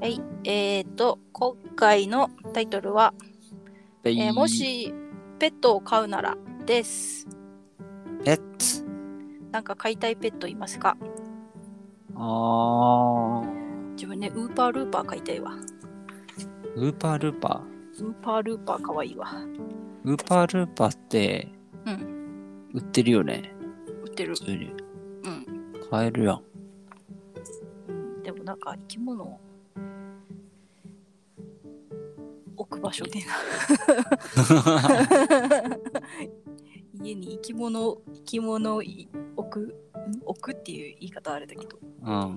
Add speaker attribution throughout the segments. Speaker 1: えっ、と、今回のタイトルは、
Speaker 2: で
Speaker 1: えーも、しペットを飼うならです。
Speaker 2: ペッツ。
Speaker 1: なんか飼いたいペットいますか
Speaker 2: あー
Speaker 1: 自分ね、ウーパールーパー飼いたいわ。
Speaker 2: ウーパールーパ
Speaker 1: ウーパールーパーかわいいわ。
Speaker 2: ー。ウーパールーパーって、
Speaker 1: うん、
Speaker 2: 売ってるよね。
Speaker 1: 売ってる。
Speaker 2: 普通に。
Speaker 1: うん。
Speaker 2: 買えるやん。
Speaker 1: でもなんか生き物を置く場所ねえな。家に生き物を、生き物をい置く、ん置くっていう言い方あれだけど、
Speaker 2: うん。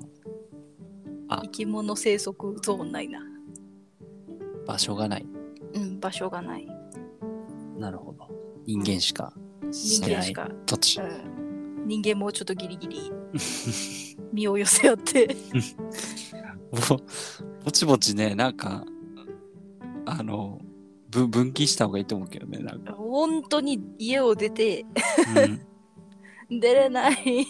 Speaker 1: 生き物生息ゾーンないな。
Speaker 2: 場所がない。
Speaker 1: うん、場所がない。
Speaker 2: なるほど。人間しかし
Speaker 1: 人
Speaker 2: て
Speaker 1: 間
Speaker 2: な
Speaker 1: し
Speaker 2: い
Speaker 1: か。
Speaker 2: 土地。
Speaker 1: うん、人間もうちょっとギリギ リ身を寄せ合って
Speaker 2: ぼぼちぼちね、なんか、あの、ぶ分岐した方がいいと思うけどね。 なんか、
Speaker 1: 本当に家を出て
Speaker 2: うん、
Speaker 1: 出れない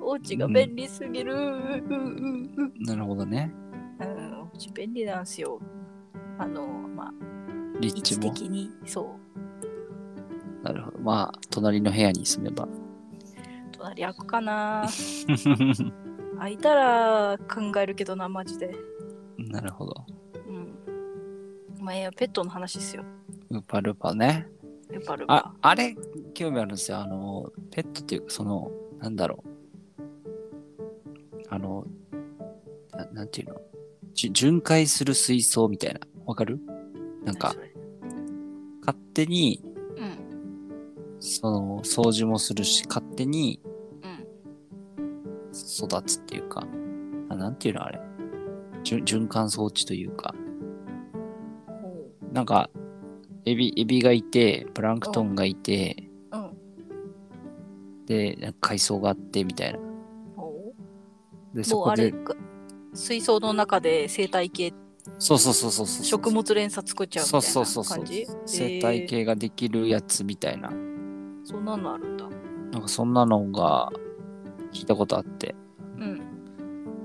Speaker 1: お家が便利すぎる、うん
Speaker 2: なるほどね。
Speaker 1: お家便利なんすよあのまあ位
Speaker 2: 立地
Speaker 1: 置
Speaker 2: も。
Speaker 1: 的にそう
Speaker 2: なるほど。まあ、隣の部屋に住めば。
Speaker 1: 隣開くかな開いたら考えるけどなマジで
Speaker 2: なるほど。
Speaker 1: うんまあええペットの話っすよ
Speaker 2: ウーパールーパーね。
Speaker 1: やっぱル
Speaker 2: あ、あれ、興味あるんですよ。あの、ペットっていうか、その、なんだろう。あの、ななんていうのじゅ巡回する水槽みたいな。わかるなんか、勝手に、
Speaker 1: うん
Speaker 2: その、掃除もするし、勝手に
Speaker 1: うん
Speaker 2: 育つっていうか、あなんていうのあれ。じゅ循環装置というか、
Speaker 1: ほ
Speaker 2: なんか、エビ、エビがいて、プランクトンがいて、
Speaker 1: ううん
Speaker 2: で、なんか海藻があってみたいな。
Speaker 1: ほう
Speaker 2: で、そ
Speaker 1: もう
Speaker 2: こ
Speaker 1: あれ
Speaker 2: で、
Speaker 1: か水槽の中で生態系
Speaker 2: そうそうそうそうそう。
Speaker 1: 食物連鎖作っちゃうみた
Speaker 2: そう
Speaker 1: い
Speaker 2: そうそう
Speaker 1: な
Speaker 2: そ
Speaker 1: 感
Speaker 2: う
Speaker 1: じ
Speaker 2: 生態、
Speaker 1: え
Speaker 2: 系ができるやつみたいな。
Speaker 1: ーそんなのあるんだ
Speaker 2: なんかそんなのが聞いたことあって、
Speaker 1: うん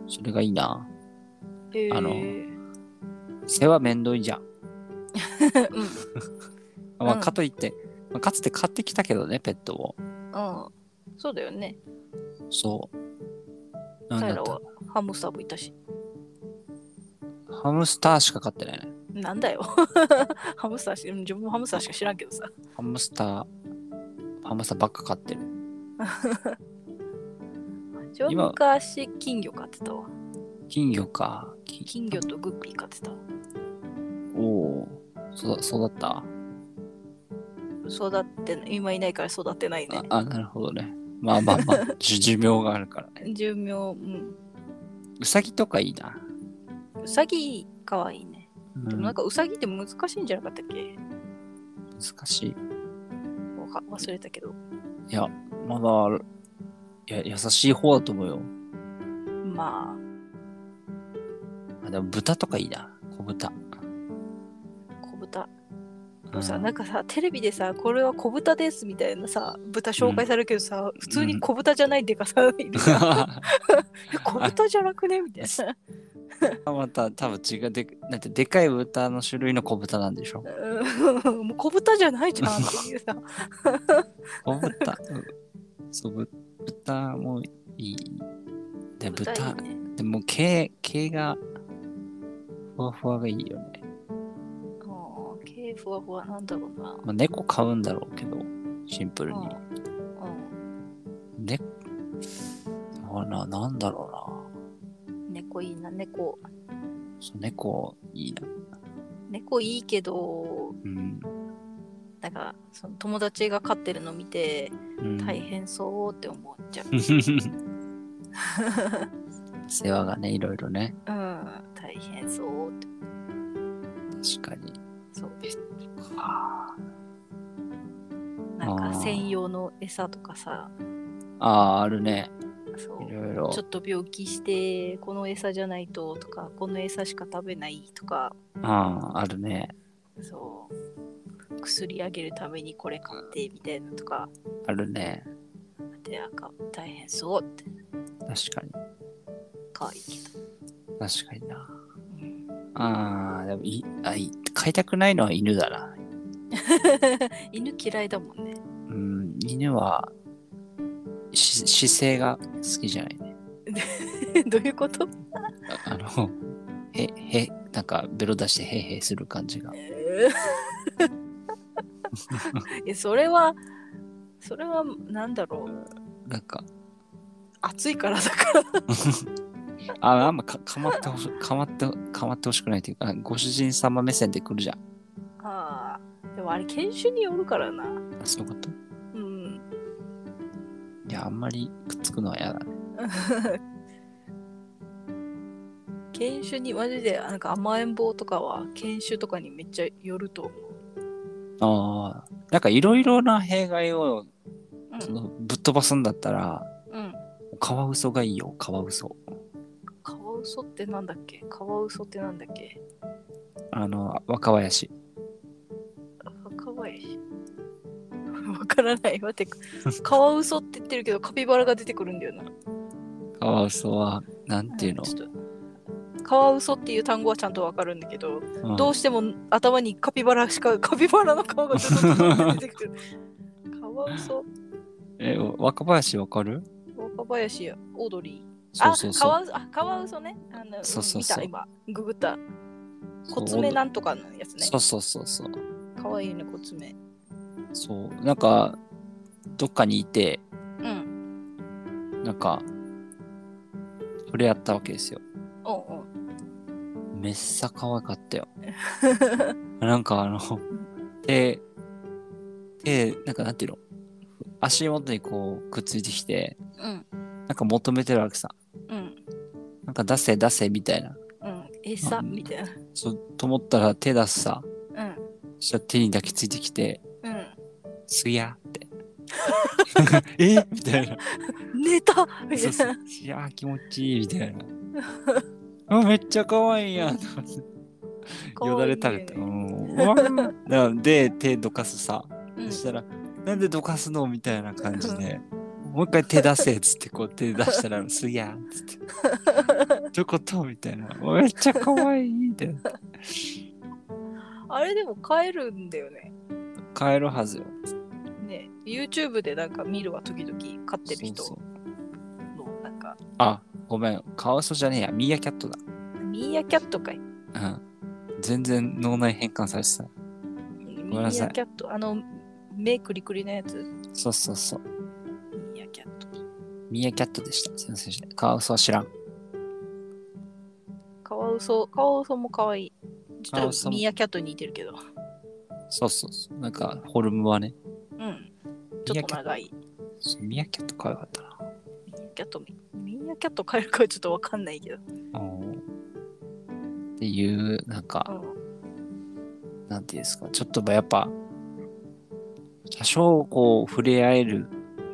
Speaker 2: それがいいな。
Speaker 1: えー、
Speaker 2: あの
Speaker 1: う
Speaker 2: 世話めんどいじゃん。
Speaker 1: ん
Speaker 2: まあ、
Speaker 1: うん
Speaker 2: かといって、まあ、かつて買ってきたけどね、ペットを。
Speaker 1: うんそうだよね
Speaker 2: そう。なん
Speaker 1: 彼
Speaker 2: だっ
Speaker 1: らは
Speaker 2: た
Speaker 1: ハムスターもいたし
Speaker 2: ハムスターしか飼ってないね。
Speaker 1: なんだよ ハムスターしうん自分もハムスターしか知らんけどさ
Speaker 2: ハムスター、ハムスターばっか飼ってる。
Speaker 1: 自分
Speaker 2: 今
Speaker 1: 昔金魚飼ってたわ
Speaker 2: 金魚か。き
Speaker 1: 金魚とグッピー飼ってたわ
Speaker 2: おお。そう、そうだった
Speaker 1: 育ってな今いないから育ってないね
Speaker 2: ああ、なるほどね。まあまあま あ、寿寿命があるからね。
Speaker 1: 寿命うん
Speaker 2: うさぎとかいいな。
Speaker 1: うさぎかわいいね
Speaker 2: うん
Speaker 1: でもなんかうさぎって難しいんじゃなかったっけ
Speaker 2: 難しい。
Speaker 1: わか忘れたけど
Speaker 2: いや、まだ、いや、優しい方だと思うよ。
Speaker 1: ま
Speaker 2: あ、でも豚とかいいな。小豚。
Speaker 1: あ小豚で
Speaker 2: う
Speaker 1: も
Speaker 2: ん
Speaker 1: さなんかさテレビでさこれは小豚ですみたいなさ豚紹介されるけどさ、普通に小豚じゃないでか さ、いるえ小豚じゃなくねみたい な
Speaker 2: また、多分違う。で、だってでかい豚の種類の小豚なんでしょ。
Speaker 1: うんもう小豚じゃないじゃんっていう さ
Speaker 2: 小豚。うんそう、ぶ豚もいい。で、豚、
Speaker 1: いいね
Speaker 2: でも毛、毛が、ふわふわがいいよね。
Speaker 1: うん毛ふわふわなんだろうな
Speaker 2: まあ、猫飼うんだろうけど、シンプルに。
Speaker 1: うん、
Speaker 2: ね、あな、なんだろ
Speaker 1: うん、猫いいな猫
Speaker 2: うな。そう猫、いいな。
Speaker 1: 猫いいけど
Speaker 2: うん。
Speaker 1: なんかその友達が飼ってるの見て
Speaker 2: うん、
Speaker 1: 大変そうって思っちゃう、
Speaker 2: 世話がね、いろいろね。
Speaker 1: うん、大変そうって
Speaker 2: 確かに。
Speaker 1: そう
Speaker 2: あ
Speaker 1: なん
Speaker 2: あ
Speaker 1: か
Speaker 2: ー
Speaker 1: 専用の餌とかさ、
Speaker 2: あー、あるね。
Speaker 1: そ
Speaker 2: いうろいろ
Speaker 1: ちょ。っと病気して、この餌じゃないととか、この餌しか食べないとか、
Speaker 2: ああ、あるね。
Speaker 1: そう、薬あげるためにこれ買ってみたいなとか、
Speaker 2: あるね。
Speaker 1: で、なんか大変そうって、
Speaker 2: 確かに。
Speaker 1: 可愛いけど。
Speaker 2: 確かにな。ああ、でもいあい、飼いたくないのは犬だな。
Speaker 1: 犬嫌いだもんね。
Speaker 2: うん、犬は、し姿勢が好きじゃないね。
Speaker 1: どういう こと
Speaker 2: ああの、へ、へ、なんかベロ出してへいへいする感じが。
Speaker 1: えそれは、それはなんだろう。
Speaker 2: なんか、
Speaker 1: 暑いからだから。
Speaker 2: ああんまかかまってほし、かまって、かまってほしくないというか、ご主人様目線で来るじゃん。
Speaker 1: ああ。でもあれ、犬種によるからな。
Speaker 2: あそういうこと
Speaker 1: うん。
Speaker 2: いや、あんまりくっつくのは嫌だね。
Speaker 1: 犬種に、マジで、なんか甘えん坊とかは、犬種とかにめっちゃよると思う。
Speaker 2: ああ、なんかいろいろな弊害を
Speaker 1: うん
Speaker 2: そのぶっ飛ばすんだったら、
Speaker 1: うん。
Speaker 2: カワウソがいいよ、カワウソ。
Speaker 1: カワウソってなんだっけカワウソってなんだっけ
Speaker 2: あの、若林。
Speaker 1: 若林。 わからない。待 って、カワウソって言ってるけど、カピバラが出てくるんだよな。
Speaker 2: カワウソは、なんていうの、
Speaker 1: ちょっとカワウソっていう単語はちゃんとわかるんだけど、
Speaker 2: うん
Speaker 1: どうしても頭にカピバラしか カピバラの顔がずっと出てくる。カワウソ、
Speaker 2: え、若林わかる
Speaker 1: 若林、オードリー。
Speaker 2: そうそう
Speaker 1: あ、カ
Speaker 2: そ
Speaker 1: ワウソ、あ、カワウソね。あの
Speaker 2: そうそうそう
Speaker 1: 見た、今。ググった。
Speaker 2: う。
Speaker 1: コツメなんとかのやつね
Speaker 2: そ。うそうそうそう。
Speaker 1: かわいいね、コツメ。
Speaker 2: そう。なんか、どっかにいて、
Speaker 1: うん。
Speaker 2: なんか、触れ合ったわけですよ。
Speaker 1: おうんうん。
Speaker 2: めっさ可愛かった よ。なんかあの、手、手、なんかなんていうの足元にこうくっついてきて、
Speaker 1: うん。
Speaker 2: なんか求めてるわけさ。
Speaker 1: うん。
Speaker 2: なんか出せ出せみたいな。
Speaker 1: うん。餌みたい
Speaker 2: そう、と思ったら手出すさ。
Speaker 1: な。うん。
Speaker 2: そしたら手に抱きついてきて、
Speaker 1: う
Speaker 2: すやって。 えみたいな。
Speaker 1: ん。寝たみ
Speaker 2: そ
Speaker 1: た
Speaker 2: う
Speaker 1: い
Speaker 2: そう
Speaker 1: な。
Speaker 2: いやー気持ちいいみたいな。あめっちゃ可愛いやん。よだれ垂れた。
Speaker 1: か
Speaker 2: う
Speaker 1: わいいね
Speaker 2: んうんなんで手どかすさ。
Speaker 1: うん
Speaker 2: そしたら、なんでどかすのみたいな感じで、もう一回手出せっつって、こう手出したら、すやんっつ って。どういうことみたいな。めっちゃ可愛いみたいな。
Speaker 1: あれでも帰るんだよね。
Speaker 2: 帰るはずよ。
Speaker 1: ね YouTube でなんか見るわ時々飼ってる人
Speaker 2: そうそう
Speaker 1: のなんか
Speaker 2: あ、ごめん。カワウソじゃねえや。ミーアキャットだ。
Speaker 1: ミーアキャットかい
Speaker 2: うん。全然脳内変換されてた。
Speaker 1: ミ
Speaker 2: んなさい
Speaker 1: ーアキャットあの目クリクリのやつ
Speaker 2: そうそうそう。
Speaker 1: ミーアキャット
Speaker 2: ミーアキャットでした。先生じゃない。カワウソは知らん。
Speaker 1: カワウソカワウソも可愛いち
Speaker 2: カワ
Speaker 1: ょ
Speaker 2: ウ
Speaker 1: っ
Speaker 2: ソ
Speaker 1: と
Speaker 2: も
Speaker 1: ミーアキャットに似てるけど
Speaker 2: そうそうそう。なんか、フォルムはね。
Speaker 1: うんちょっと長い
Speaker 2: そうミーアキャット可愛かったな。
Speaker 1: ミーアキャットミーアキャット飼えるかはちょっとわかんないけど、
Speaker 2: うんっていう、なん
Speaker 1: う
Speaker 2: か、
Speaker 1: ん、
Speaker 2: なんていうんですか。ちょっとやっぱ、多少こう、触れ合える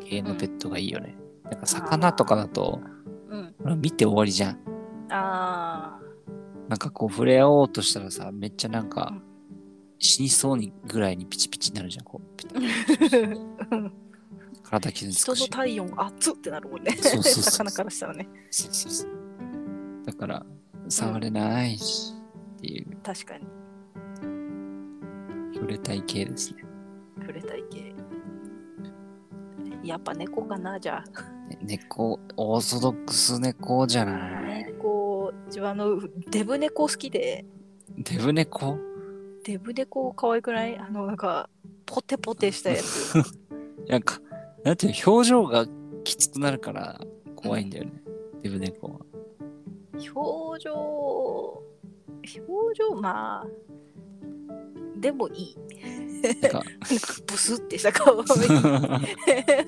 Speaker 2: 系のペットがいいよね。なんか、魚とかだと、
Speaker 1: うん、
Speaker 2: ほら見て終わりじゃん。
Speaker 1: あ
Speaker 2: なんかこう触れ合おうとしたらさ、めっちゃなんか
Speaker 1: うん、
Speaker 2: 死にそうにぐらいにピチピチになるじゃん、こう。ピタ
Speaker 1: ー
Speaker 2: 体傷つ
Speaker 1: 人
Speaker 2: く
Speaker 1: の
Speaker 2: し。
Speaker 1: 体温熱っってなるもんね
Speaker 2: そうそうそう
Speaker 1: 魚からしたらね
Speaker 2: そうそうそうだから、触れないし、っていう、
Speaker 1: 確かに
Speaker 2: 触れたい系ですね。
Speaker 1: 触れたい系やっぱ猫かなじゃあ
Speaker 2: ね猫、オーソドックス猫じゃない。
Speaker 1: 猫自分あのデブ猫好きで
Speaker 2: デブ猫
Speaker 1: デブ猫可愛くないあのなんかポテポテしたやつ
Speaker 2: なんか、なんていうの表情がきつくなるから怖いんだよね。デブ猫は。
Speaker 1: 表情表情まあでもいい
Speaker 2: なんか、
Speaker 1: なんかブスってした顔がめっちゃ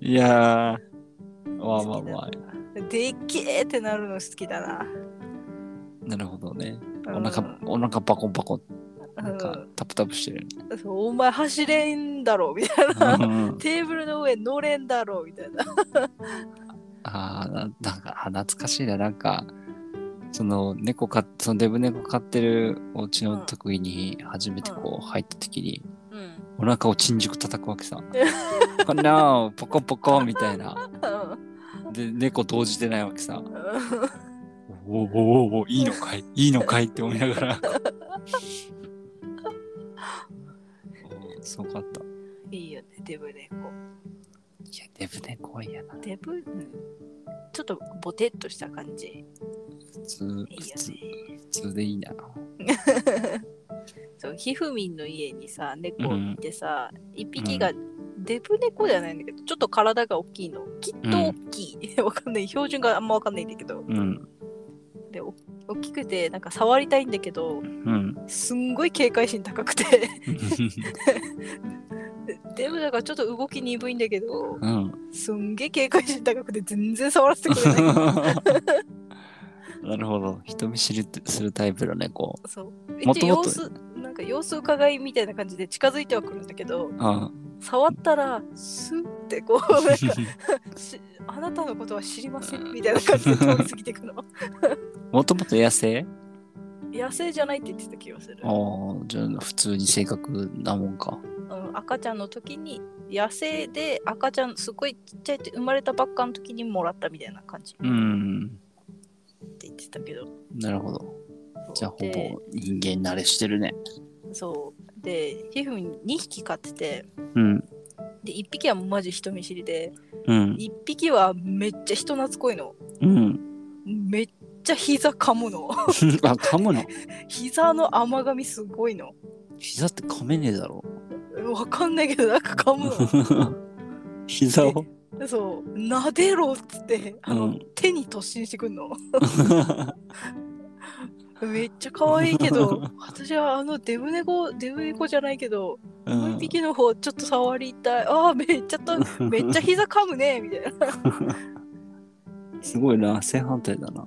Speaker 2: いやー、まあまあまあ、
Speaker 1: でっけえってなるの好きだな
Speaker 2: なるほどね。
Speaker 1: う
Speaker 2: お
Speaker 1: ん
Speaker 2: 腹、お腹バコンバコン、なんか
Speaker 1: う
Speaker 2: タプタプしてる。
Speaker 1: んそうお前走れんだろみたいな
Speaker 2: あ
Speaker 1: テーブルの上乗れんだろみたいな
Speaker 2: あー、ななんか、あ懐かしいな、なんか、その猫か、そのデブ猫飼ってるお家の時に初めてこう入った時に、
Speaker 1: うん
Speaker 2: お腹を陳熟叩くわけさ。こんな、ポコポコみたいな。
Speaker 1: うん
Speaker 2: で、猫動じてないわけさ。
Speaker 1: うん
Speaker 2: うおーおーおーおーいいのかいいいのかいって思いながら。おーすごかった。い
Speaker 1: いいよね、デブ猫。
Speaker 2: や、デブ猫は嫌だ。
Speaker 1: デブ、うんちょっとボテっとした感じ。
Speaker 2: 普通、
Speaker 1: い
Speaker 2: 普
Speaker 1: いよ
Speaker 2: 通、
Speaker 1: ね。
Speaker 2: 普通でいいな。
Speaker 1: そう、ひふみんの家にさ、猫を見てさ、一、匹がデブ猫じゃないんだけど、ちょっと体が大きいの。きっと大きい。 わかんない。標準があんまわかんないんだけど。
Speaker 2: うん、
Speaker 1: で、お大きくて、なんか触りたいんだけど、
Speaker 2: うん。
Speaker 1: すんごい警戒心高くて。 デブだからちょっと動き鈍いんだけど、
Speaker 2: うん。
Speaker 1: すんげえ警戒心高くて全然触らせてくれない。
Speaker 2: なるほど。人見知りするタイプの猫。
Speaker 1: そう。
Speaker 2: も
Speaker 1: 一
Speaker 2: ともと
Speaker 1: 応様子なんか様子伺いみたいな感じで近づいてはくるんだけど、
Speaker 2: あ
Speaker 1: 触ったら、スンってこう、 なんかしあなたのことは知りませんみたいな感じで通り過ぎていくの。
Speaker 2: もともと野生
Speaker 1: 野生じゃないって言ってた気がする。
Speaker 2: ああ、じゃあ普通に性格なもんか。
Speaker 1: うん、赤ちゃんの時に、野生で赤ちゃん、すごいちっちゃいって生まれたばっかの時にもらったみたいな感じって
Speaker 2: うん。
Speaker 1: 言ってたけど。
Speaker 2: なるほど。じゃあほぼ
Speaker 1: で
Speaker 2: 人間慣れしてるね。
Speaker 1: そう。で、ひふみん2匹飼ってて、
Speaker 2: うん。
Speaker 1: で、1匹はマジ人見知りで、
Speaker 2: うん。
Speaker 1: 1匹はめっちゃ人懐っこいの。
Speaker 2: うん。
Speaker 1: めっちゃ膝噛むの。
Speaker 2: あ、噛むの
Speaker 1: 膝の甘噛みすごいの。
Speaker 2: 膝って噛めねえだろ。
Speaker 1: わかんないけど、なんか噛む
Speaker 2: 膝を
Speaker 1: の。そう、撫でろっつって、あの、
Speaker 2: うん
Speaker 1: 手に突進してくん の。めっちゃ可愛いけど、私はあのデブ猫、デブ猫じゃないけど、
Speaker 2: う
Speaker 1: もう一匹の方ちょっと触りたい。ああ、めっちゃと、めっちゃ膝噛むね、みたいな。
Speaker 2: すごいな、正反対だな。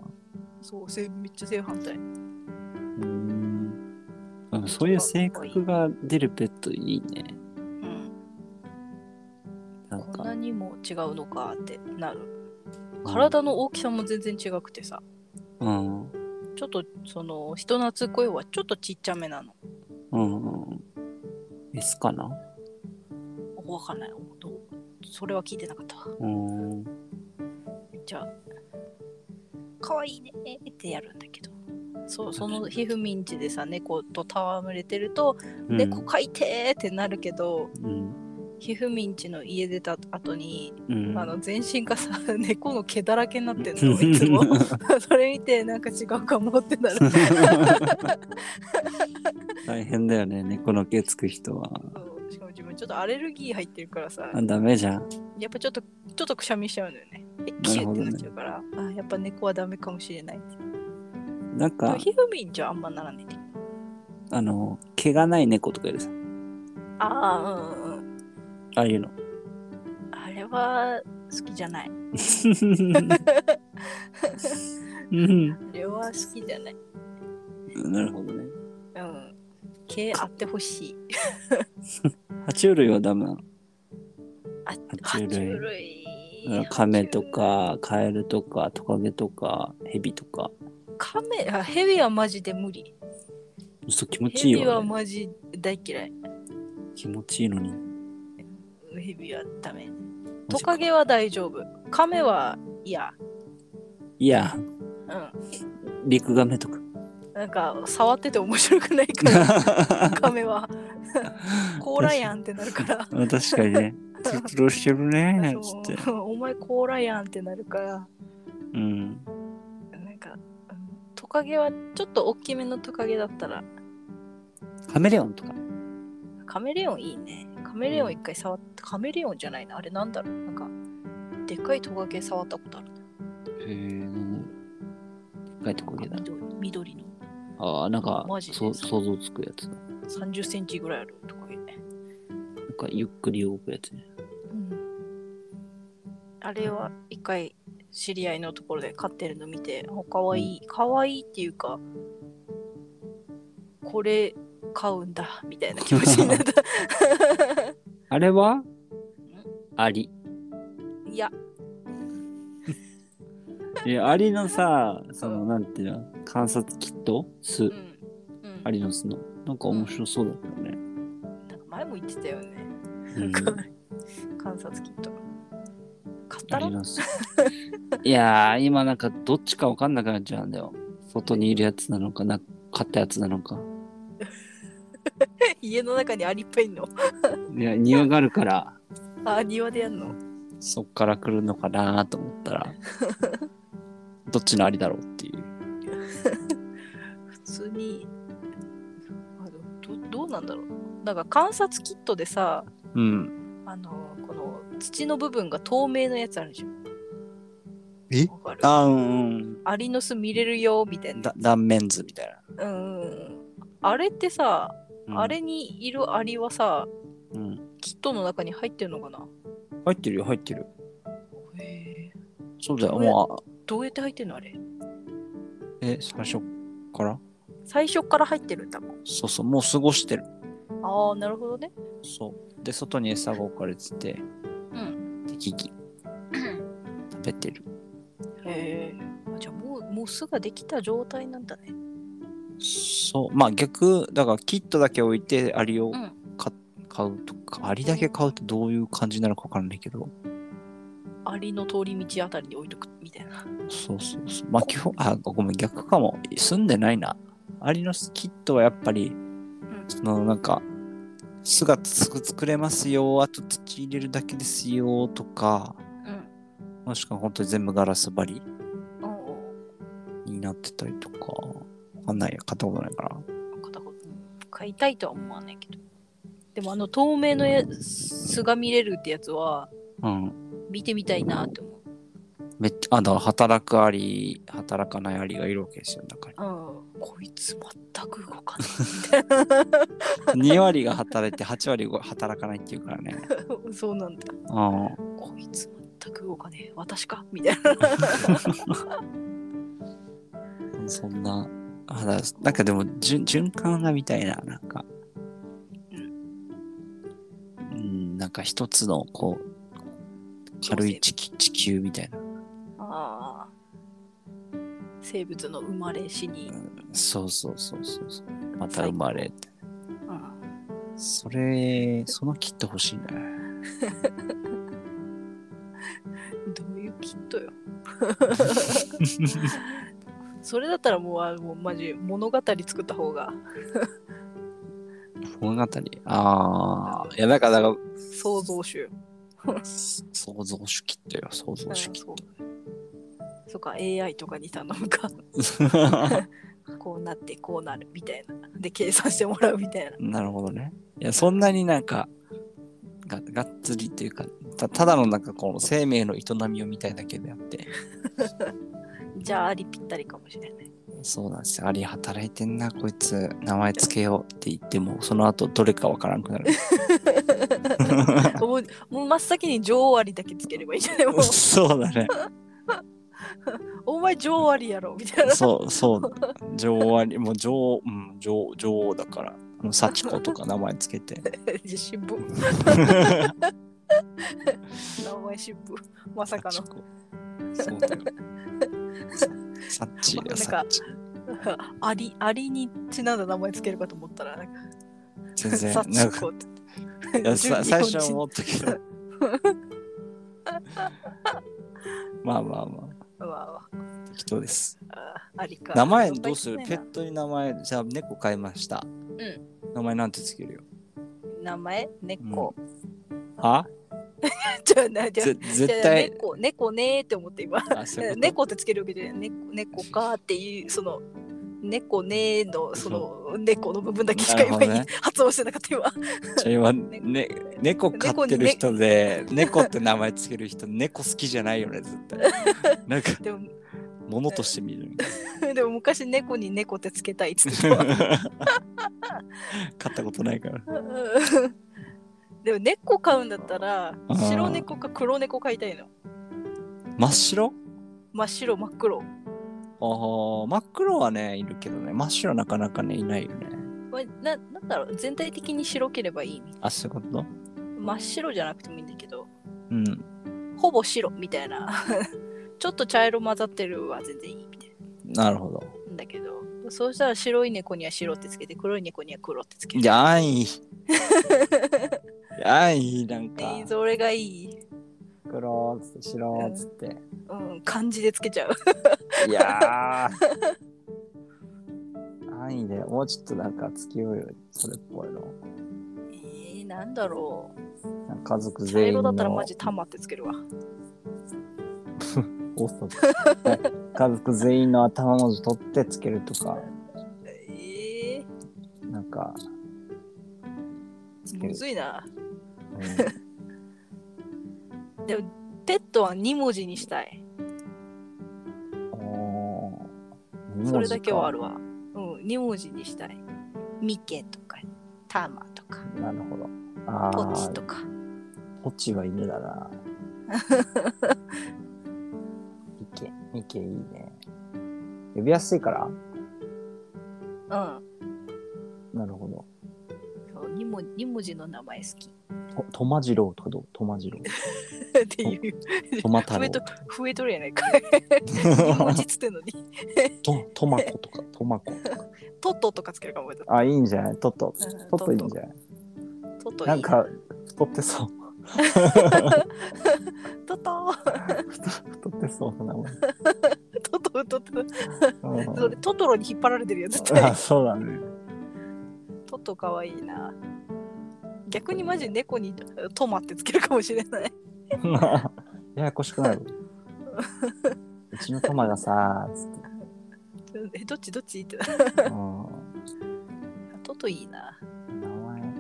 Speaker 1: そう、せめっちゃ正反対。
Speaker 2: うん。でもそういう性格が出るペットいいね。
Speaker 1: うん、
Speaker 2: なん
Speaker 1: こん
Speaker 2: か、
Speaker 1: なにも違うのかってなる。体の大きさも全然違くてさ。
Speaker 2: うん。
Speaker 1: ちょっとその人懐っこい方はちょっとちっちゃめなの。
Speaker 2: うんうん。S かな
Speaker 1: わかんない。どうそれは聞いてなかったわ。
Speaker 2: うん。
Speaker 1: じゃあ、かわいいねってやるんだけど。そうそのひふみんちでさ、猫と戯れてると、
Speaker 2: うん
Speaker 1: 猫飼いてーってなるけど、
Speaker 2: うん。
Speaker 1: ひふみんちの家出た後に、
Speaker 2: うん。
Speaker 1: あの全身がさ、 猫の毛だらけになってんの、いつも。 それ見て、なんか違うかもってな る。
Speaker 2: 大変だよね、猫の毛つく人は。
Speaker 1: そうしかも自分ちょっとアレルギー入ってるからさ、
Speaker 2: あダメじゃん。
Speaker 1: やっぱちょっと、ちょっとくしゃみしちゃうんだよね。え、キューってなっちゃうから、あやっぱ猫はダメかもしれない。
Speaker 2: なんか、
Speaker 1: ひふみんじゃあんまならないんだけど。
Speaker 2: あの、毛がない猫とかいるさ。
Speaker 1: ああ、うんうんうん。
Speaker 2: ああい うの。
Speaker 1: あれは好きじゃない。
Speaker 2: うん。
Speaker 1: あれは好きじゃない。
Speaker 2: なるほどね。
Speaker 1: うん。毛あってほしい。
Speaker 2: 爬虫類はダメなの。
Speaker 1: あ
Speaker 2: 爬虫類
Speaker 1: 類
Speaker 2: あのカメと。か、カエルとか、トカゲとか、ヘビとか。
Speaker 1: カメ、あヘビはマジで無理。
Speaker 2: そう、気持ちいい
Speaker 1: ヘビは
Speaker 2: よ、ね。
Speaker 1: マジ大嫌い。
Speaker 2: 気持ちいいのに。
Speaker 1: ヘビはダメ。
Speaker 2: マ
Speaker 1: ト
Speaker 2: ジか
Speaker 1: カゲは大丈夫。カメは嫌。
Speaker 2: いや、
Speaker 1: うん。
Speaker 2: リクガメ とか。
Speaker 1: なんか触ってて面白くないから。 カメは。コーラやんってなるから。
Speaker 2: あ確か にね。鉄道してるね。つって。
Speaker 1: そうお前コーラやんってなるから。
Speaker 2: うん。
Speaker 1: なんか、うんトカゲはちょっと大きめのトカゲだったら、
Speaker 2: カメレオンとか。
Speaker 1: カメレオンいいね。カメレオン一回触った、カメレオンじゃないな。あれなんだろうなんか、でっかいトカゲ触ったことある。
Speaker 2: へえ。でっかいとこげだ。
Speaker 1: 緑緑の
Speaker 2: ああ、なんか
Speaker 1: マ、ジで
Speaker 2: そう想像つくやつだ。
Speaker 1: 30センチぐらいあるトカゲ。
Speaker 2: なんか、ゆっくり動くやつね。
Speaker 1: うん。あれは一回知り合いのところで飼ってるの見て、あかわいい、かわいいっていうか、これ飼うんだみたいな気持ちになった。
Speaker 2: あれはアリ。
Speaker 1: いや、
Speaker 2: いや、アリのさ、その、なんていうの、観察キット
Speaker 1: うん。。
Speaker 2: 巣
Speaker 1: うん、
Speaker 2: アリの巣の。なんか面白そうだったよね。
Speaker 1: なんか前も言ってたよね。
Speaker 2: うん
Speaker 1: か観察キット。かっ
Speaker 2: あ
Speaker 1: たら
Speaker 2: ります。いやー、今なんかどっちかわかんなくなっちゃうんだよ。外にいるやつなのかな、買ったやつなのか。
Speaker 1: 家の中にアリっぱいいんの
Speaker 2: いや、庭があるから、
Speaker 1: あ庭でやんの
Speaker 2: そっから来るのかなと思った ら、どっちのありだろうっていう。
Speaker 1: 普通にあどどどうなんだろうなんか観察キットでさ
Speaker 2: うん。
Speaker 1: あのこの土の部分が透明のやつあるじゃん
Speaker 2: え
Speaker 1: わかる
Speaker 2: あうん、
Speaker 1: アリの巣見れるよみたい
Speaker 2: うん。
Speaker 1: な
Speaker 2: だ断面図みたいな。
Speaker 1: うんうんうんあれってさ、
Speaker 2: うん
Speaker 1: あれにいるアリはさ
Speaker 2: うん。
Speaker 1: キットの中に入ってるのかな
Speaker 2: 入ってるよ、入ってる。
Speaker 1: へえ
Speaker 2: そうだよ、
Speaker 1: これ
Speaker 2: もう、あ
Speaker 1: どうやって入ってんのあれ
Speaker 2: え、最初から
Speaker 1: 最初から入ってるんだもん
Speaker 2: そうそう、もう過ごしてる。
Speaker 1: ああなるほどね
Speaker 2: そう。で、外に餌が置かれてて、
Speaker 1: うん
Speaker 2: 適宜食べてる。
Speaker 1: へえじゃあもうもう巣ができた状態なんだね
Speaker 2: そう。まあ逆、だからキットだけ置いてアリを
Speaker 1: うん
Speaker 2: か、買うとか、アリだけ買うとどういう感じなのかわかんないけど、
Speaker 1: アリの通り道あたりに置いとくみたいな
Speaker 2: そうそうそう。まあ基本、あ、ごめん、逆かも。住んでないな。アリのキットはやっぱり、そのなんか、巣がつく作れますよ、あと土入れるだけですよとか、
Speaker 1: うん
Speaker 2: もしくは本当に全部ガラス張り
Speaker 1: うんうん
Speaker 2: になってたりとか、わかんないよ、買ったことないから。
Speaker 1: 片言買いたいとは思わないけどでもあの透明のや巣が見れるってやつは
Speaker 2: うん。
Speaker 1: 見てみたいなって思う
Speaker 2: めっちゃ、あだから働くアリ、働かないアリがいるわけですよ、中に。
Speaker 1: うん、こいつ全く動かないみたいな
Speaker 2: 2割が働いて、8割が働かないっていうからね。
Speaker 1: そうなんだ。
Speaker 2: ああ
Speaker 1: こいつ全く動かねえ。私かみたいな。
Speaker 2: そんな、あだなんかでも、循循環がみたいな、なんか。うん、なんか一つの、こう、軽い地球地球みたいな。
Speaker 1: ああ。生物の生まれ死に。
Speaker 2: そうそうそうそうそう。また生まれて。
Speaker 1: うん、
Speaker 2: それ、その切ってほしいね。
Speaker 1: どういうキットよ。それだったらもう、あもうマジ物語作った方が
Speaker 2: 物語。ああ。いや、だから、だから
Speaker 1: 想像集。
Speaker 2: 想像主義ってよ、想像主義。
Speaker 1: うんそうそうか、AI とかに頼むか。 こうなってこうなるみたいな。で、計算してもらうみたいな。
Speaker 2: なるほどね。いや、そんなになんか、ががっつりっていうか、たただのなんかこの生命の営みを見たいだけであって、
Speaker 1: じゃあ、ありぴったりかもしれない。
Speaker 2: そうなんですよ。あり働いてんな、こいつ、名前つけようって言っても、その後どれかわからなくなる。
Speaker 1: もうもう真っ先に女王アリだけつければいいじゃない もう
Speaker 2: そう だね。
Speaker 1: お前女王アリやろみたいな。
Speaker 2: そう、そう。女王あり、もう女王、うん、女王、女王だから、あの、幸子とか名前つけて。
Speaker 1: じゃ新 聞。名前新聞。まさか
Speaker 2: 幸
Speaker 1: の。
Speaker 2: 子そ うだよ。サッチーだよ、
Speaker 1: なんか
Speaker 2: サッチー。
Speaker 1: アリ、アリにちなんだ名前つけるかと思ったら、なんか、
Speaker 2: 全然
Speaker 1: サ、
Speaker 2: なん
Speaker 1: ッチ
Speaker 2: か、
Speaker 1: コっ
Speaker 2: いや
Speaker 1: て。
Speaker 2: さ
Speaker 1: 純
Speaker 2: 最
Speaker 1: 日
Speaker 2: 初は
Speaker 1: 本
Speaker 2: 思ったけ ど。まあまあま
Speaker 1: 人は
Speaker 2: あ、適当です。
Speaker 1: あアリか。
Speaker 2: 名前どうするペ
Speaker 1: ペッ
Speaker 2: ットに名前、じゃあ猫飼いました。名前なんてつけるよ。
Speaker 1: 名前猫。
Speaker 2: あ
Speaker 1: じゃあ、なじゃあ
Speaker 2: ぜ絶対、
Speaker 1: 猫、猫ねーって思って今。
Speaker 2: あ、そういうこ と
Speaker 1: 猫ってつけるわけじゃない。猫猫かーっていう、その、猫ねーの、その、猫の部分だけしか
Speaker 2: なるほ
Speaker 1: 今
Speaker 2: どね
Speaker 1: 発音してなかった今。
Speaker 2: じゃあ今、ね、猫飼ってる人で、猫って名前つける人、猫好きじゃないよね、絶 対。なんか、
Speaker 1: でも、
Speaker 2: 物として見るみたい
Speaker 1: でも昔猫に猫ってつけたいっつって たわ。
Speaker 2: な。飼ったことないから。
Speaker 1: うんでも猫飼うんだったら
Speaker 2: うん
Speaker 1: 白猫か黒猫飼いたいの
Speaker 2: 真っ白
Speaker 1: 真っ白真っ黒
Speaker 2: ああ、真っ黒はね、いるけどね、真っ白なかなかね、いないよね。
Speaker 1: これななんだろう全体的に白ければいいみたい
Speaker 2: あ、そういうこと
Speaker 1: 真っ白じゃなくてもいいんだけど
Speaker 2: うん。
Speaker 1: ほぼ白みたいな ちょっと茶色混ざってるは全然いいみたい
Speaker 2: なるほど。
Speaker 1: なんだけどそうしたら白い猫には白ってつけて黒い猫には黒ってつけ
Speaker 2: い
Speaker 1: る
Speaker 2: や、安易。いや安易、なんか
Speaker 1: え。ーそれがいい
Speaker 2: 黒っつって白っつ って。
Speaker 1: うん、漢字でつけちゃう。
Speaker 2: いやー。安易で、もうちょっとなんか付き合うよ、それっぽいの。
Speaker 1: えー、なんだろう。
Speaker 2: なんか家族
Speaker 1: 茶
Speaker 2: 全員
Speaker 1: 色
Speaker 2: の。
Speaker 1: だったらマジ玉ってつけるわ。
Speaker 2: オーソドックス 家族全員の頭文字取ってつけるとか、
Speaker 1: ええ
Speaker 2: なんか、
Speaker 1: ー、むずいな。
Speaker 2: うん
Speaker 1: でも、ペットは2文字にしたい。
Speaker 2: おー
Speaker 1: それだけはあ
Speaker 2: る。
Speaker 1: るわ。うん、2文字にしたい。ミケとか、タマとか、
Speaker 2: なるほど。あ
Speaker 1: ポ
Speaker 2: あ
Speaker 1: チ、とか。
Speaker 2: ポチは犬 だな。ミケ、ミケいいね。呼びやすいから
Speaker 1: うん
Speaker 2: なるほど。
Speaker 1: そう2文字。二文字の名前好き。
Speaker 2: と、とまじろうとかどうとまじろう。
Speaker 1: っていう。
Speaker 2: とま太
Speaker 1: 増
Speaker 2: 郎
Speaker 1: えと増えとるやないかい。2文字つってんのに。
Speaker 2: と、とまことか、とまことか。
Speaker 1: トットとかつけるかも。
Speaker 2: あ、いいんじゃないとっと
Speaker 1: うん。
Speaker 2: とっといいんじゃない
Speaker 1: トットいい
Speaker 2: なんか、太ってそう。
Speaker 1: トット
Speaker 2: 太ってそうな名前。
Speaker 1: トトトト
Speaker 2: うん
Speaker 1: それトトロに引っ張られてるやつって
Speaker 2: あそうだね。
Speaker 1: トトかわいいな逆にマジ猫にトマってつけるかもしれない
Speaker 2: ややこし くなる。うちのトマがさ、つって。
Speaker 1: えどっちどっちって
Speaker 2: うん
Speaker 1: トトいいな
Speaker 2: 名前、いいね。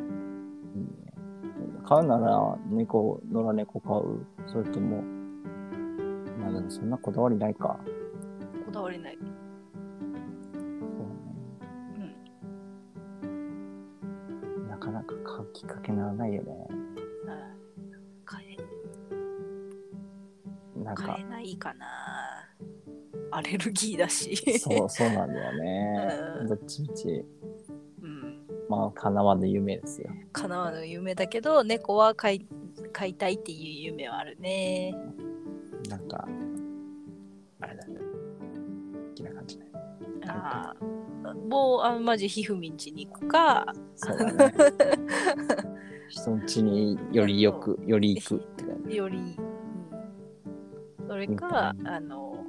Speaker 2: 飼うなら猫、野良猫飼うそれとも、まあでもそんなこだわりないか。
Speaker 1: こだわりない
Speaker 2: そう
Speaker 1: うん
Speaker 2: ね。なかなか飼うきっかけにならないよね。
Speaker 1: あ変え
Speaker 2: なんか
Speaker 1: 変え、ないかなアレルギーだし
Speaker 2: そう、そうなんだよね
Speaker 1: う。ん
Speaker 2: どっちみち、
Speaker 1: うん
Speaker 2: まあ、かなわぬ夢ですよ。
Speaker 1: かなわぬ夢だけど猫は飼い飼いたいっていう夢はあるね
Speaker 2: なんか、あれだね。好きな感じね。
Speaker 1: あーもうあマジひふみんちに行くか
Speaker 2: そうだ ね。人ん家によりよく、より行くって感じ。
Speaker 1: より、うん、それか、あの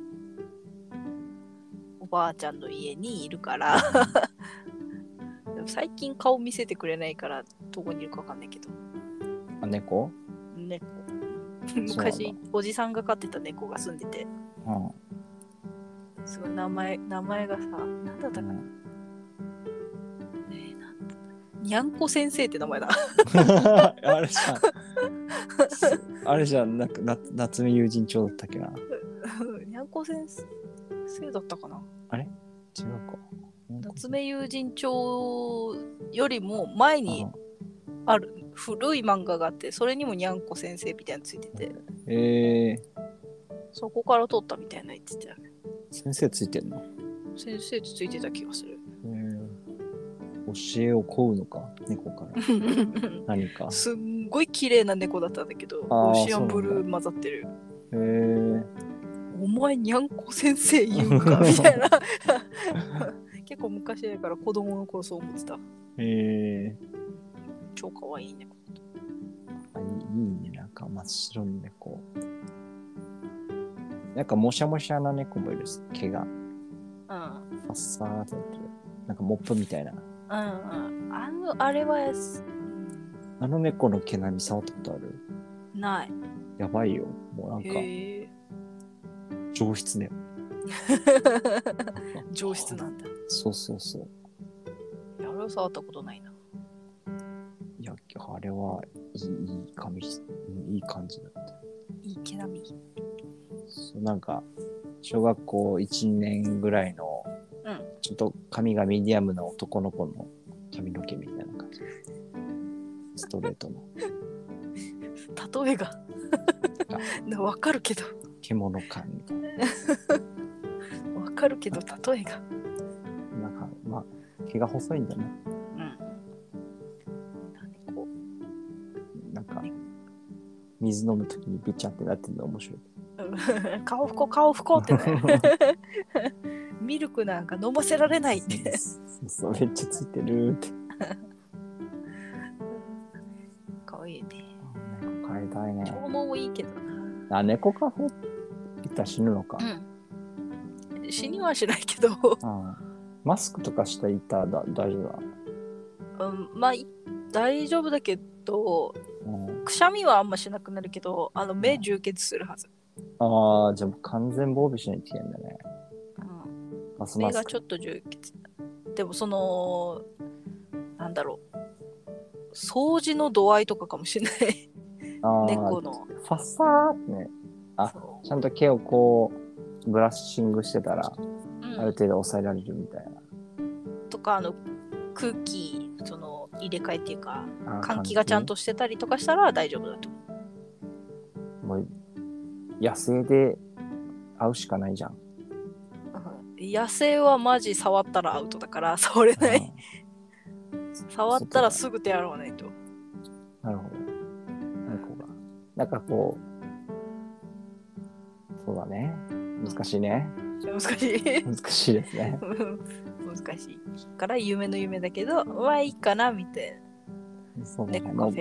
Speaker 1: おばあちゃんの家にいるから でも最近顔見せてくれないからどこにいるかわかんないけど
Speaker 2: あ、猫
Speaker 1: 猫
Speaker 2: そうなんだ
Speaker 1: 昔おじさんが飼ってた猫が住んでて
Speaker 2: うん。
Speaker 1: すごい名前名前がさなんだった
Speaker 2: う
Speaker 1: かな、
Speaker 2: ん
Speaker 1: えーなんだったにゃんこ先生って名前だ
Speaker 2: あれじゃん。あれじゃん、なんかな夏目友人帳だったっけな。違
Speaker 1: にゃんこ先生だったかな
Speaker 2: うか。
Speaker 1: 夏目友人帳よりも前に
Speaker 2: うん
Speaker 1: ある古い漫画があってそれにもにゃんこ先生みたいなのついてて
Speaker 2: えー、
Speaker 1: そこから撮ったみたいな言ってたよね
Speaker 2: 先生ついてんの、
Speaker 1: 先生ってついてた気が する
Speaker 2: えー、教えを請うのか、猫から。何か。
Speaker 1: すんごい綺麗な猫だったんだけど
Speaker 2: あー
Speaker 1: オシアンブルー混ざってる
Speaker 2: えー、
Speaker 1: お前にゃんこ先生言うかみたいな 結構昔だから子供の頃そう思ってた
Speaker 2: えー、
Speaker 1: 超可愛い猫
Speaker 2: あいいいいね、なんか真っ白の猫。なんかもしゃもしゃな猫もいるし、毛が。
Speaker 1: うん
Speaker 2: ファッサーってなってるなんかモップみたいな。
Speaker 1: うんうんあのあれはやすうん
Speaker 2: あの猫の毛並み触ったことある
Speaker 1: ない
Speaker 2: やばいよ。もうなんか
Speaker 1: へえ
Speaker 2: 上質だよ。
Speaker 1: 上質なんだ
Speaker 2: そうそうそう。
Speaker 1: いやあれは触ったことないない
Speaker 2: や、あれはいいいい髪質、うんいい感じだった。
Speaker 1: いい毛並み
Speaker 2: そうなんか、小学校1年ぐらいの、
Speaker 1: うん
Speaker 2: ちょっと髪がミディアムな男の子の髪の毛みたいな感じ。ストレートの
Speaker 1: 例えがなわかるけど
Speaker 2: 獣感みたいな。
Speaker 1: わかるけど例えが
Speaker 2: なんか、まあ、毛が細いんだね。
Speaker 1: うん何こ
Speaker 2: なんか、水飲むときにビチャってなってるの面白い。
Speaker 1: う 顔拭こう顔拭こうってね ミルクなんか飲ませられないって
Speaker 2: そうそう、めっちゃついてるって。
Speaker 1: かわいいね
Speaker 2: 変えたいね。
Speaker 1: 長毛もいいけどな
Speaker 2: あ、猫カフェ行ったら死ぬのか。
Speaker 1: うん。死にはしないけど、
Speaker 2: うんマスクとかしていたらだ大丈夫だ。
Speaker 1: うん、まあい大丈夫だけど、
Speaker 2: うん
Speaker 1: くしゃみはあんましなくなるけど、あの目充血するはず。
Speaker 2: ああ、じゃあもう完全防備しないといけないんだね。
Speaker 1: うん
Speaker 2: ガス
Speaker 1: 目
Speaker 2: マス
Speaker 1: が
Speaker 2: ク。
Speaker 1: ちょっと充血でもそのなんだろう掃除の度合いとかかもしれ ない
Speaker 2: あー
Speaker 1: 猫の
Speaker 2: ファッサーってね、あ
Speaker 1: そ
Speaker 2: ちゃんと毛をこう、ブラッシングしてたら、
Speaker 1: う
Speaker 2: あ
Speaker 1: う
Speaker 2: る
Speaker 1: ん、
Speaker 2: 程度抑えられるみたい
Speaker 1: とかあの空気その入れ替えっていうか
Speaker 2: な。あー
Speaker 1: 換気がちゃん。としてたりとかしたら大丈夫だと思
Speaker 2: もう、野生で会うしかないじゃん。
Speaker 1: う、うん野生はマジ触ったらアウトだから触れない触ったらすぐ手洗わないと
Speaker 2: なるほど。猫が。なんかこう、そうだね。難しいね。
Speaker 1: 難しい
Speaker 2: 難しいですね。
Speaker 1: 難しいから夢の夢だけどまあいいかなみたいな
Speaker 2: そうだね。
Speaker 1: 猫カ
Speaker 2: も
Speaker 1: フ
Speaker 2: う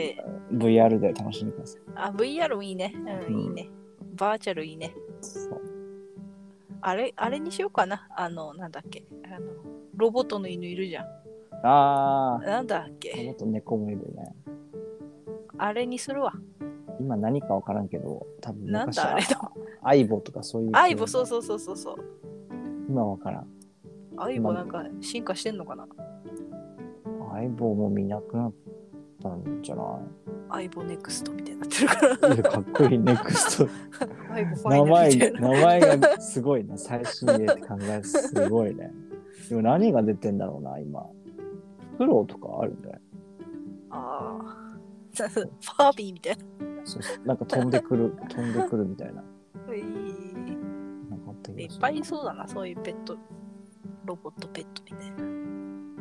Speaker 1: ェ
Speaker 2: VR で楽しんでください。
Speaker 1: あ VR もいいね、うん、いいねバーチャルいいね
Speaker 2: そう。
Speaker 1: あれ、あれにしようかな。あの、なんだっけ。あの、ロボットの犬いるじゃん。
Speaker 2: あ
Speaker 1: なんだっ
Speaker 2: あ、
Speaker 1: け。
Speaker 2: もっと猫もいるね。
Speaker 1: あれにするわ。
Speaker 2: 今何かわからんけど、多分
Speaker 1: なん
Speaker 2: 昔
Speaker 1: だあれだ。
Speaker 2: アイボとかそういう。
Speaker 1: アイボ、そうそうそうそうそう。
Speaker 2: 今わからん。
Speaker 1: アイボなんか進化してんのかな。
Speaker 2: アイボも見なくなったんじゃな
Speaker 1: アイボネクストみたいになってるから。
Speaker 2: いいやかっこいい、ネクスト。
Speaker 1: アイボファイナ
Speaker 2: 名
Speaker 1: ルみた
Speaker 2: 前
Speaker 1: い
Speaker 2: 名
Speaker 1: な。
Speaker 2: 前がすごいな、最新鋭って考えるとすごいね。でも何が出てんだろうな、今。フクロウとかあるんだよ。
Speaker 1: ああ。ファービーみたいな。
Speaker 2: そうそうなんか飛んでく る、飛んでくるみたいな。なんかあった気がする
Speaker 1: いっぱいいそうだな、そういうペット。ロボットペットみたい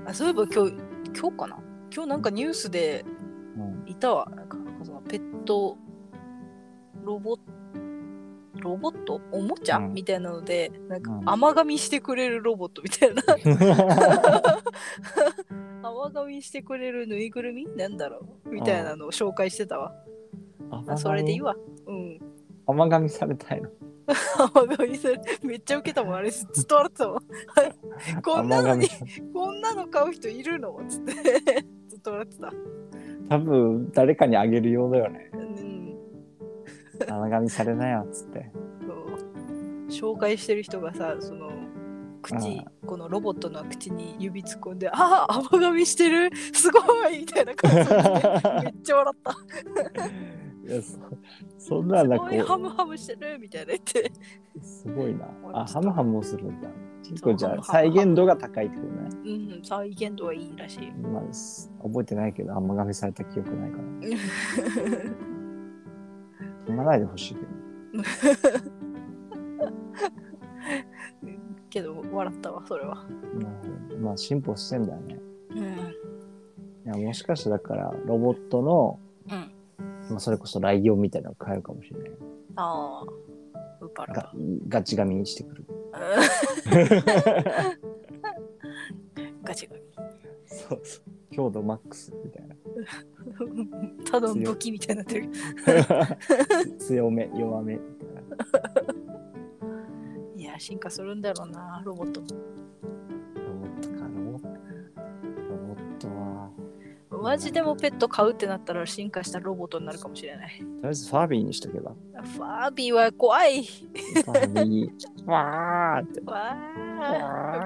Speaker 1: な。あそういえば今日、今日かな今日なんかニュースで、
Speaker 2: うん
Speaker 1: いたわ。なんか、そのペット、ロボット、ロボットおもちゃ、
Speaker 2: うん
Speaker 1: みたいなので、なんか
Speaker 2: う、ん
Speaker 1: 甘噛みしてくれるロボットみたい な。甘噛みしてくれるぬいぐるみなんだろうみたいなのを紹介してたわ。あそれでいいわ。うん。
Speaker 2: 甘噛みされたいの。
Speaker 1: 甘噛みする。めっちゃウケたもん。あれ、ずっと笑ってたもん。 こんなのに
Speaker 2: 甘噛みさ
Speaker 1: こんなの買う人いるのつって。 ずっと笑ってた。
Speaker 2: 多分誰かにあげるようだよね。
Speaker 1: うん。
Speaker 2: 甘噛みされなよっつって。
Speaker 1: そう紹介してる人がさその口このロボットの口に指突っ込んで「ああ甘噛みしてる すごい!」みたいな感じ でめっちゃ笑った
Speaker 2: いやそそん
Speaker 1: 「
Speaker 2: な
Speaker 1: す
Speaker 2: んだ
Speaker 1: ごいハ
Speaker 2: こ
Speaker 1: ムハムしてる!」みたいな言って
Speaker 2: うすごいな。
Speaker 1: 俺
Speaker 2: あ
Speaker 1: ちょ
Speaker 2: ハ
Speaker 1: っと
Speaker 2: ムハムをするんだ。結構じゃあ
Speaker 1: そうハムハ
Speaker 2: 再
Speaker 1: ム
Speaker 2: 現度が高いってことね。
Speaker 1: うん再現度はいいらしい
Speaker 2: まあす覚えてないけど甘噛みされた記憶ないから。踏まないでほしいけど。
Speaker 1: けど笑ったわそれは
Speaker 2: なるほどまあ進歩してんだよね。
Speaker 1: うん
Speaker 2: いやもしかしたらだからロボットの、
Speaker 1: うん
Speaker 2: まあ、それこそライオンみたいなのを変えるかもしれない。
Speaker 1: ああウパラ
Speaker 2: がガチガミにしてくる。
Speaker 1: ガチガチ
Speaker 2: そうそう。強度マックスみたいな。
Speaker 1: ただの武器みたいになってる
Speaker 2: 強め、弱めみたいな。
Speaker 1: いや進化するんだろうなロボットも
Speaker 2: ロボットか、ロボット。ロボットは。
Speaker 1: マジでもペット飼うってなったら進化したロボットになるかもしれない。
Speaker 2: とりあえずファービーにしとけば。
Speaker 1: ファービーは怖い。
Speaker 2: ファービー。わーって。
Speaker 1: わー。フ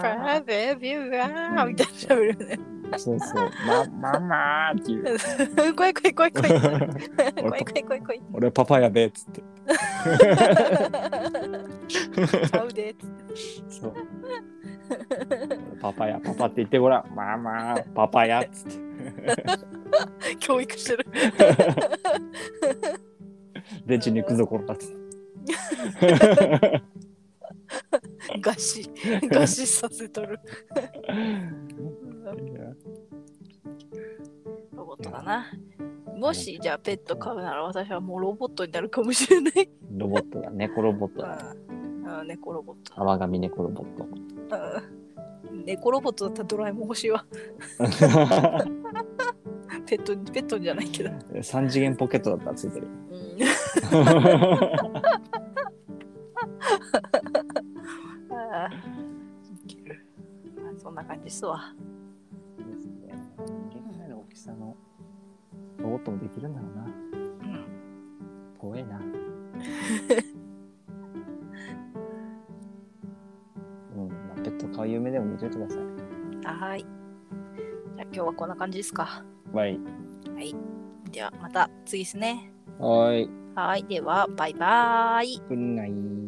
Speaker 1: ァービーはみたいな喋るよね。
Speaker 2: そうそう。ま、ママーって いう。
Speaker 1: 怖い怖い怖い怖い。怖い怖い怖い怖い。
Speaker 2: 俺パパやべえっつって。
Speaker 1: 飼うで。
Speaker 2: そう。俺パパや、パパって言ってごらん。ママー、パパやっつって。
Speaker 1: 教育してる。
Speaker 2: レジに行くぞ、こらっつって。
Speaker 1: 餓死。餓死させとる。
Speaker 2: いや
Speaker 1: ロボットだな。もしじゃあペット飼うなら私はもうロボットになるかもしれない。
Speaker 2: ロボットだ、猫ロボットだ。
Speaker 1: うんうん。猫ロボット。
Speaker 2: 甘神猫ロボット。
Speaker 1: うん猫ロボットだったらドラえもん欲しい わ。ペットに、ペットにじゃないけど。
Speaker 2: 3次元ポケットだったらついてる。
Speaker 1: うんあーいけるまあそんな感じっすわ。
Speaker 2: ですね。現在の大きさのロボットもできるんだろうな。
Speaker 1: うん
Speaker 2: 怖い な。うん、まあペット飼う夢でも見といてください。
Speaker 1: はーい。じゃあ今日はこんな感じですか。
Speaker 2: はい。
Speaker 1: ではまた次ですね。
Speaker 2: はい。
Speaker 1: はーい。では、バイバーイ。
Speaker 2: くんない。